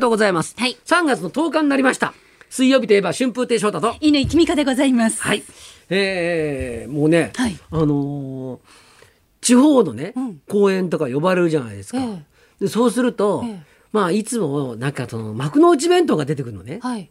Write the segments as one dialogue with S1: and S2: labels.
S1: とうございます。
S2: はい
S1: 3月の10日になりました。水曜日といえば春風亭昇太と。
S2: 犬井君香でございます。
S1: はい。えー、もうね、
S2: はい
S1: あのー地方のね、
S2: ん
S1: 公演とか呼ばれるじゃないですか。
S2: ええ
S1: でそうすると、
S2: ええ
S1: まあいつもなんかその幕の内弁当が出てくるのね。
S2: はい。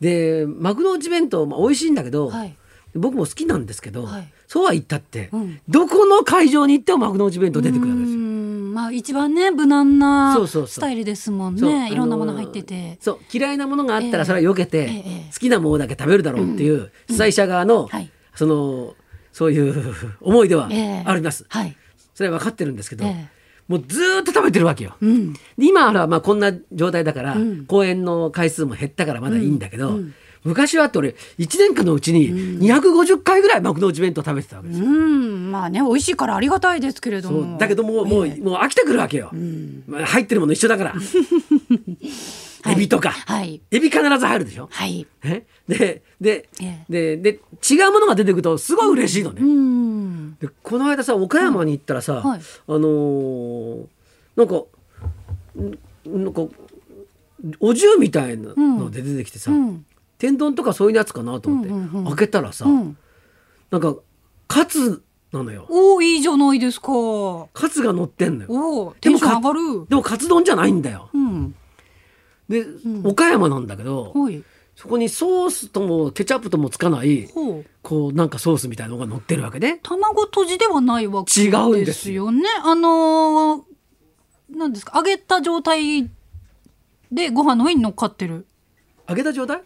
S1: で幕の内弁当、まあ、美味しいんだけど、
S2: はい
S1: 僕も好きなんですけど、
S2: はい
S1: そうは言ったって、
S2: うん
S1: どこの会場に行っても幕の内弁当出てくるわけです
S2: うー
S1: よ。
S2: ん、まあ一番ね無難な
S1: そうそうそう
S2: スタイルですもん
S1: そう
S2: ね。いろんなもの
S1: あ
S2: 入
S1: ー
S2: ってて。
S1: そう嫌いなものがあった
S2: ええ
S1: らそれは避けて、
S2: ええ
S1: 好きなものだけ食べるだろうっていう主催者側の、
S2: はい
S1: そのそういう思いでは
S2: ええ
S1: あります、
S2: はい。
S1: それは分かってるんですけど、
S2: ええ
S1: もうずーっと食べてるわけよ。
S2: うん。
S1: で今はまあこんな状態だから、
S2: うん
S1: 公演の回数も減ったからまだいいんだけど、
S2: うんうん
S1: 昔はって俺1年間のうちに250回ぐらい幕の内弁当食べてたわけで
S2: う
S1: すよ。
S2: ん。まあね美味しいからありがたいですけれど
S1: そう
S2: も。
S1: だけどもう,、もう
S2: ええ
S1: もう飽きてくるわけよ、まあ入ってるもの一緒だから、エビとか、
S2: はい
S1: エビ必ず入るでしょ
S2: はい。
S1: えでで,、
S2: え
S1: でで違うものが出てくるとすごい嬉しいのね。
S2: うん。
S1: でこの間さ岡山に行ったらさ、
S2: はい
S1: あのーなんかんなんかお重みたいなので出てきてさ、
S2: うん
S1: 天丼とかそういうやつかなと思って、
S2: うんうんうん
S1: 開けたらさ、
S2: うん。
S1: なんかカツなのよ
S2: おおいいじゃないですか。お
S1: カツが乗ってんのよ
S2: お
S1: で
S2: テ
S1: も
S2: ンション
S1: か
S2: 上がる。
S1: でもカツ丼じゃないんだよ
S2: うん。
S1: で、岡山なんだけど
S2: はい。
S1: そこにソースともケチャップともつかない
S2: ほう。
S1: こうなんかソースみたいなのが乗ってるわけね
S2: 卵とじではないわけ
S1: 違うんで
S2: ですす
S1: よ
S2: よね。あのー、なんですか揚げた状態でご飯の上に乗っかってる
S1: 揚げた状態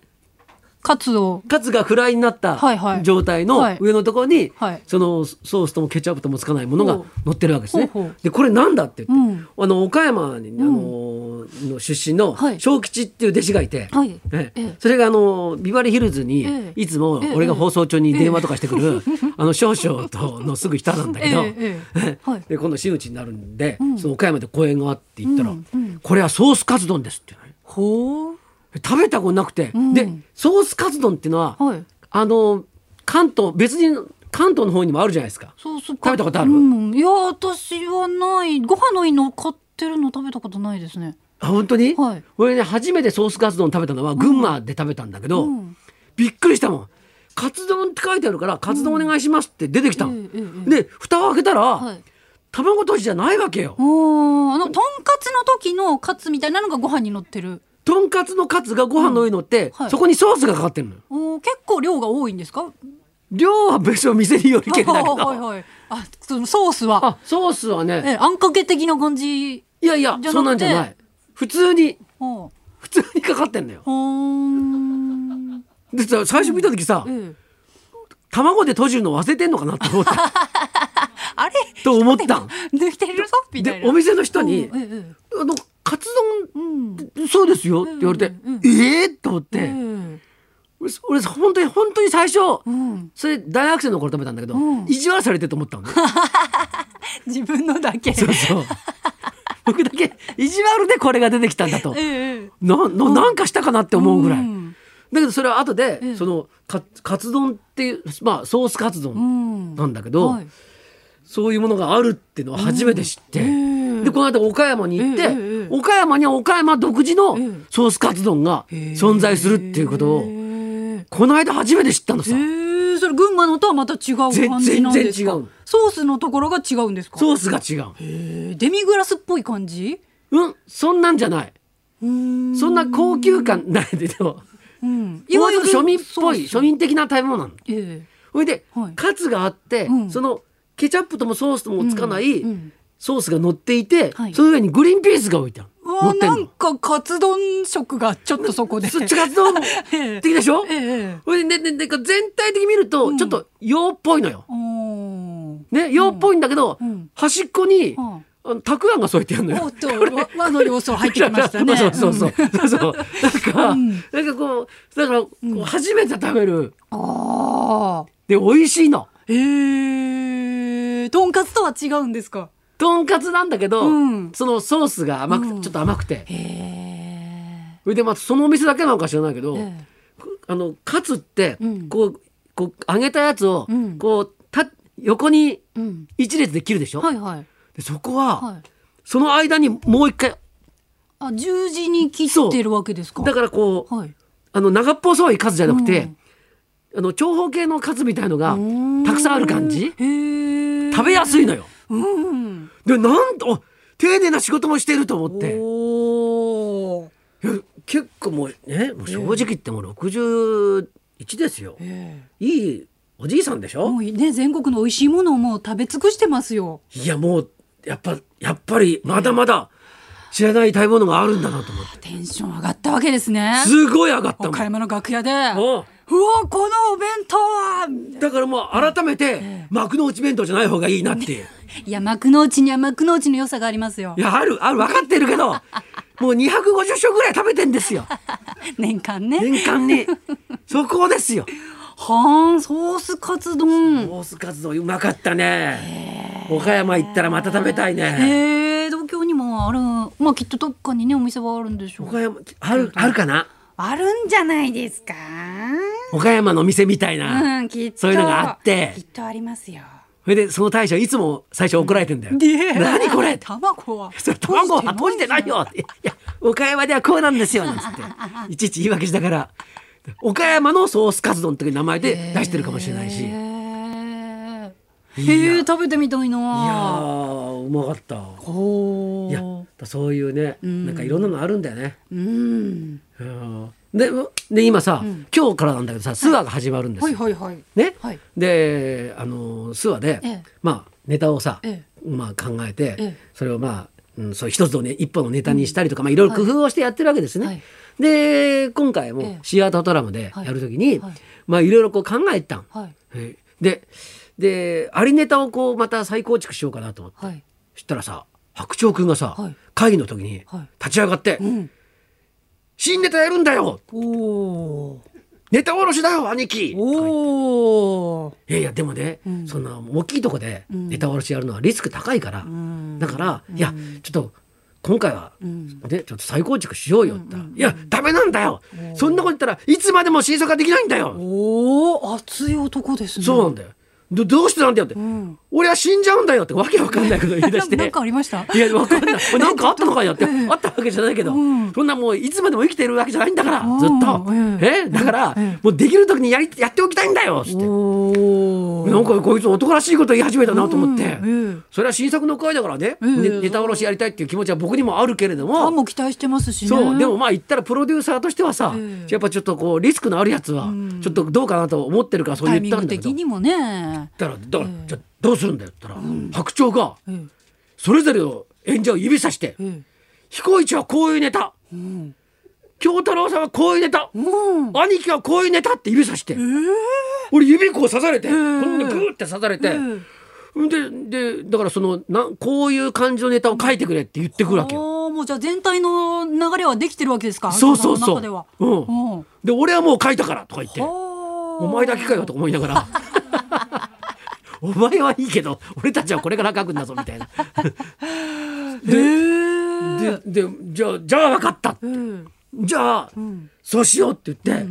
S2: カツを。
S1: カツがフライになった
S2: はいはい
S1: 状態
S2: は
S1: の
S2: い
S1: 上のところに、
S2: はい
S1: そのソースともケチャップともつかないものが
S2: ほう
S1: 乗ってるわけですね
S2: ほうほう。
S1: でこれなんだって言って、
S2: うん
S1: あの岡山に、あのの出身の
S2: はい
S1: 小吉っていう弟子がいて、
S2: はい
S1: ね
S2: ええ
S1: それがあのビバリーヒルズに、
S2: ええ
S1: いつも
S2: ええ
S1: 俺が放送中に電話とかしてく る、あの少々とのすぐ下なんだけど、
S2: ええええはい
S1: で今度真打ちになるんで、
S2: ん
S1: その岡山で公演があって言ったら、
S2: うんうん
S1: これはソースカツ丼ですって言うのね
S2: ほう。
S1: 食べたことなくて、
S2: うん
S1: でソースカツ丼っていうのは、
S2: はい
S1: あの関東別に関東の方にもあるじゃないですか
S2: そうす
S1: 食べたことある
S2: うん、いや私はない。ご飯の上に乗っかってるの食べたことないですね。
S1: あ本当に、
S2: はい
S1: 俺ね初めてソースカツ丼食べたのは群馬で食べたんだけど、
S2: うん
S1: びっくりしたもんカツ丼って書いてあるからカツ丼お願いしますって出てきたの、
S2: ええええ
S1: で蓋を開けたら、
S2: はい。
S1: 卵とじじゃないわけよ
S2: おーあのとんかつの時のカツみたいなのがご飯に乗ってる。
S1: とんかつのカツがご飯の上に乗って、
S2: はい
S1: そこにソースがかかってるのよ
S2: おー結構量が多いんですか？
S1: 量は別に店によりけりだけど、
S2: はいはいはい。あそのソースは。
S1: あソースはね、
S2: ええあんかけ的な感じ。
S1: いやいや
S2: じゃなくて
S1: そんなんじゃない普通に
S2: は
S1: 普通にかかってんのよ
S2: あ、ん。
S1: でさ最初見た時さ、
S2: ええ、
S1: 卵で閉じるの忘れてんのかなって思った
S2: あれ
S1: と思った ん
S2: 抜いてるぞみた
S1: で
S2: いな。
S1: お店の人に
S2: うんええ
S1: 「あのカツ
S2: うん。
S1: 丼そうですよ」って言われて
S2: うん
S1: 「
S2: うんうん
S1: ええー!」と思っ
S2: え
S1: て、
S2: え
S1: 俺俺本当に本当に最初、
S2: うん。
S1: それ大学生の頃食べたんだけど、
S2: うん
S1: 意地悪されてると思ったのね
S2: 自分のだけ。
S1: そう そう僕だけ意地悪でこれが出てきたんだと
S2: ええええ
S1: なななんかしたかなって思うぐらい、
S2: うん
S1: だけどそれは後で、
S2: ええ
S1: そのカカツ丼っていうまあソースカツ丼、
S2: うん。
S1: なんだけど、
S2: はい
S1: そういうものがあるっていうのは初めて知って、
S2: うんええ
S1: でこの間岡山に行って、
S2: ええええ
S1: 岡山には岡山独自の
S2: ええ
S1: ソースカツ丼が存在するっていうこと
S2: え
S1: をこの間初めて知ったのさ、
S2: えそれ群馬のとはまた違う感じなんですか
S1: 全然違う
S2: ソースのところが違うんですか
S1: ソースが違う、
S2: ええデミグラスっぽい感じ
S1: うんそんなんじゃない
S2: うん
S1: そんな高級感ないででも
S2: うん
S1: いわゆる庶民っぽい
S2: そうそ
S1: 庶
S2: う
S1: 民的な食べ物なの
S2: ええ
S1: それで、
S2: はい
S1: カツがあって、
S2: うん
S1: そのケチャップともソースともつかない
S2: うんうん
S1: ソースが乗っていて、
S2: はい
S1: その上にグリーンピースが置いてある
S2: うわ
S1: 乗ってん
S2: なん
S1: の
S2: かカツ丼食がちょっとそこで。
S1: そっちカツ丼
S2: ええ
S1: 的でしょ、
S2: ええ
S1: それでででで全体的に見るとちょっと洋っぽいのよ。
S2: おー
S1: ね洋っぽいんだけど、
S2: うん
S1: 端っこに、
S2: うん
S1: あのたくあんが添えてあるの
S2: お
S1: よ
S2: っ。とわ和の要素入ってきました ね。
S1: そうそうそううんそうそうなんか、なんかこうだからこう初めて食べる
S2: ああ。
S1: で美味しいの。
S2: ええとんかつとは違うんですか。
S1: とんかつなんだけど、
S2: うん
S1: そのソースが甘くて、
S2: うん
S1: ちょっと甘くて
S2: へえ。
S1: それでまあそのお店だけなのか知らないけど、
S2: ええ
S1: あのカツって、
S2: うん
S1: こうこう揚げたやつを、
S2: うん
S1: こうた横に
S2: うん。
S1: 一列で切るでしょ、
S2: はいはい
S1: でそこは、
S2: はい。
S1: その間にもう一回
S2: あ十字に切ってるわけですか
S1: だからこう
S2: はい
S1: あの長っぽそうい数じゃなくて
S2: うん、
S1: あの長方形の数みたいのが
S2: ーん
S1: たくさんある感じ
S2: へえ
S1: 食べやすいのよ。
S2: うん
S1: でなんとあ丁寧な仕事もしてると思って
S2: おお
S1: いや結構もうねもう正直言ってもう61ですよ。
S2: え
S1: いいおじいさんでし
S2: え
S1: ょ、
S2: もうね全国の美味しいものをもう食べ尽くしてますよ
S1: いやもうやっぱやっぱりまだまだ知らない食べ物があるんだなと思って
S2: テンション上がったわけですね
S1: すごい上がったもん
S2: 岡山の楽屋で
S1: おう
S2: うわこのお弁当は
S1: だからもう改めて幕の内弁当じゃない方がいいなっていう
S2: いや幕の内には幕の内の良さがありますよ
S1: いやあるある分かってるけどもう250食ぐらい食べてんですよ
S2: 年間ね
S1: 年間にそこですよ
S2: はあソースカツ丼
S1: モースカツ丼うまかったね岡山行ったらまた食べたいね
S2: へえ東京にもあるまあきっとどっかにねお店はあるんでしょう
S1: 岡山あるあるかな
S2: あるんじゃないですか
S1: 岡山の店みたいな、
S2: うんきっと
S1: そういうのがあって
S2: きっとありますよ
S1: それでその大将いつも最初怒られてんだよ、何これ
S2: 卵は
S1: それ卵は閉じてないよっていや岡山ではこうなんですよなんつっていちいち言い訳しながら岡山のソースカツ丼っていう名前で出してるかもしれないし、
S2: へ
S1: いや
S2: え食べてみたいな
S1: ーうまかった
S2: ほ
S1: いやそういうね、なんかいろんなのあるんだよね、
S2: うん
S1: うんでで今さ、今日からなんだけどさツアーが始まるんですよ、
S2: はいはいはい
S1: ね、
S2: はい
S1: であの諏訪で、
S2: ええ
S1: まあネタをさ、
S2: え
S1: まあ、考えて、
S2: ええ
S1: それをまあ、うん、そう一つのね一本のネタにしたりとか、まあ、いろいろ工夫をしてやってるわけですね。
S2: はい
S1: で今回
S2: え
S1: も
S2: え
S1: シアタートラムで
S2: はい
S1: やるときに、
S2: はい
S1: まあいろいろこう考えたん。
S2: はい
S1: はいででありネタをこうまた再構築しようかなと思って、
S2: はい
S1: そしたらさ白鳥くんがさ、
S2: はい
S1: 会議の時に
S2: はい
S1: 立ち上がって「
S2: ん
S1: 新ネタやるんだよ
S2: おお
S1: ネタおろしだよ兄貴!」
S2: おお
S1: いやいやでもね、そんな大きいとこでネタおろしやるのはリスク高いから、だから、いやちょっと今回は、ねちょっと再構築しようよって言ったら、いやダメなんだよ、そんなこと言ったらいつまでも審査ができないんだよ、
S2: おお熱い男ですね
S1: そうなんだよどどうしてなんだよって、俺は死んじゃうんだよってわけわかんないこと言い出して
S2: なん かありました
S1: いやわかん ないおなんかあったのかよって、あったわけじゃないけど、そんなもういつまでも生きてるわけじゃないんだから、ずっと、
S2: うん
S1: えだから、もうできる時にやりやっておきたいんだよっつって。
S2: おお
S1: なんかこいつ男らしいこと言い始めたなと思って、
S2: うんええ
S1: それは新作の会だからね、
S2: え
S1: ねネタおろしやりたいっていう気持ちは僕にもあるけれど
S2: ファン
S1: も
S2: も期待してますしね
S1: そうでもまあ言ったらプロデューサーとしてはさ、
S2: ええ
S1: やっぱちょっとこうリスクのあるやつはちょっとどうかなと思ってるからそう
S2: タイ
S1: 言っ
S2: ミ
S1: た
S2: ン
S1: ん
S2: グ
S1: だけど
S2: 的にもね
S1: だからだから、じゃあどうするんだよって言ったら、白鳥が
S2: ん
S1: それぞれを演者を指さして
S2: うん
S1: 「彦一はこういうネタ」京太郎さんはこういうネタ」
S2: うん
S1: 兄貴はこういうネタって指さして、俺指こう刺されて、こんなグーって刺されて、ででだからそのなこういう感じのネタを書いてくれって言ってくるわけよ。
S2: おおもうじゃあ全体の流れはできてるわけですか
S1: そうそうそ
S2: 頭の中では
S1: う、うん、
S2: うん
S1: で俺はもう書いたからとか言って
S2: お
S1: お前だけかよとか思いながら。お前はいいけど俺たちはこれから書くんだぞみたいな。
S2: へえ
S1: ででじゃあじゃあ分かったって
S2: うん
S1: じゃあ、そうしようって言って、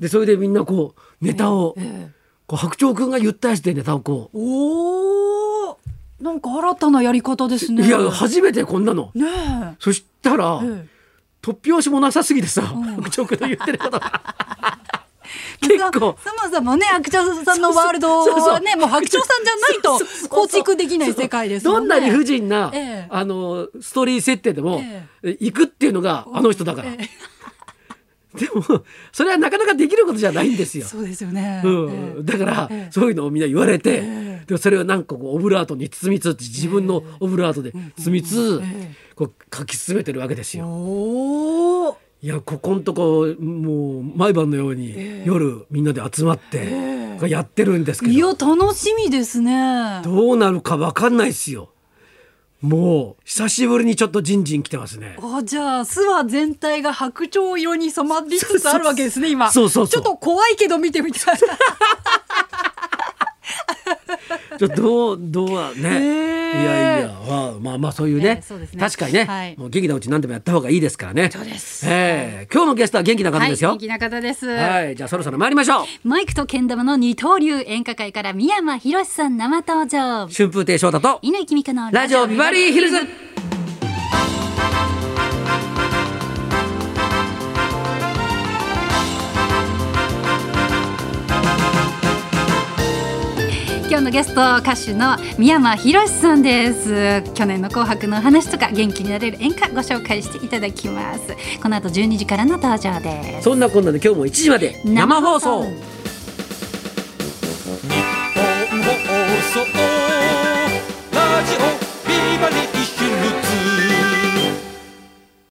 S1: でそれでみんなこうネタを、こう白鳥くんが言ったやつでネタをこう
S2: おおなんか新たなやり方ですね
S1: いや初めてこんなの。
S2: ね
S1: そしたら、
S2: ええ
S1: 突拍子もなさすぎてさ、白鳥君の言ってることが
S2: え
S1: 結
S2: なんか
S1: 構。
S2: そもそもね白鳥さんのワールド
S1: そうそう
S2: はねもう白鳥さんじゃない
S1: そうそうそう
S2: と構築できない世界ですも
S1: どんな
S2: ね
S1: 理不尽な、
S2: ええ
S1: あのストーリー設定でも、
S2: え
S1: 行くっていうのがあの人だから、
S2: ええ
S1: でもそれはなかなかできることじゃないんですよ。
S2: そうですよね
S1: うん
S2: ええ
S1: だから、
S2: ええ
S1: そういうのをみんな言われて、
S2: え
S1: でもそれをなんかこうオブラートに包みつつ自分のオブラートで包みつつ、
S2: え
S1: こう書き進めてるわけですよ。
S2: おお
S1: いやここんとこもう毎晩のように、夜みんなで集まって、やってるんですけ
S2: いや
S1: ど
S2: 楽しみですね
S1: どうなるか分かんないっすよもう久しぶりにちょっとジンジン来てますね
S2: あじゃあ諏訪全体が白鳥色に染まりつつあるわけですね今
S1: そうそうそう
S2: ちょっと怖いけど見てみたい
S1: ちょっとどうどうはね、
S2: え
S1: いやいや、まあ、まあまあそういうね,、
S2: ええそうですね
S1: 確かにね、
S2: はい
S1: もう元気なうち何でもやった方がいいですからね
S2: そうです
S1: ええ今日のゲストは元気な方ですよ、はい
S2: な方です、
S1: じゃあそろそろ参りましょう
S2: マイクとけん玉の二刀流演歌会から宮間博さん生登場
S1: 春風亭昇太と
S2: 稲井君香の
S1: ラジオビバリーヒルズ
S2: 今日のゲスト歌手の宮間博さんです去年の紅白の話とか元気になれる演歌ご紹介していただきますこの後12時からの登場です
S1: そんなこんなで今日も1時まで生放送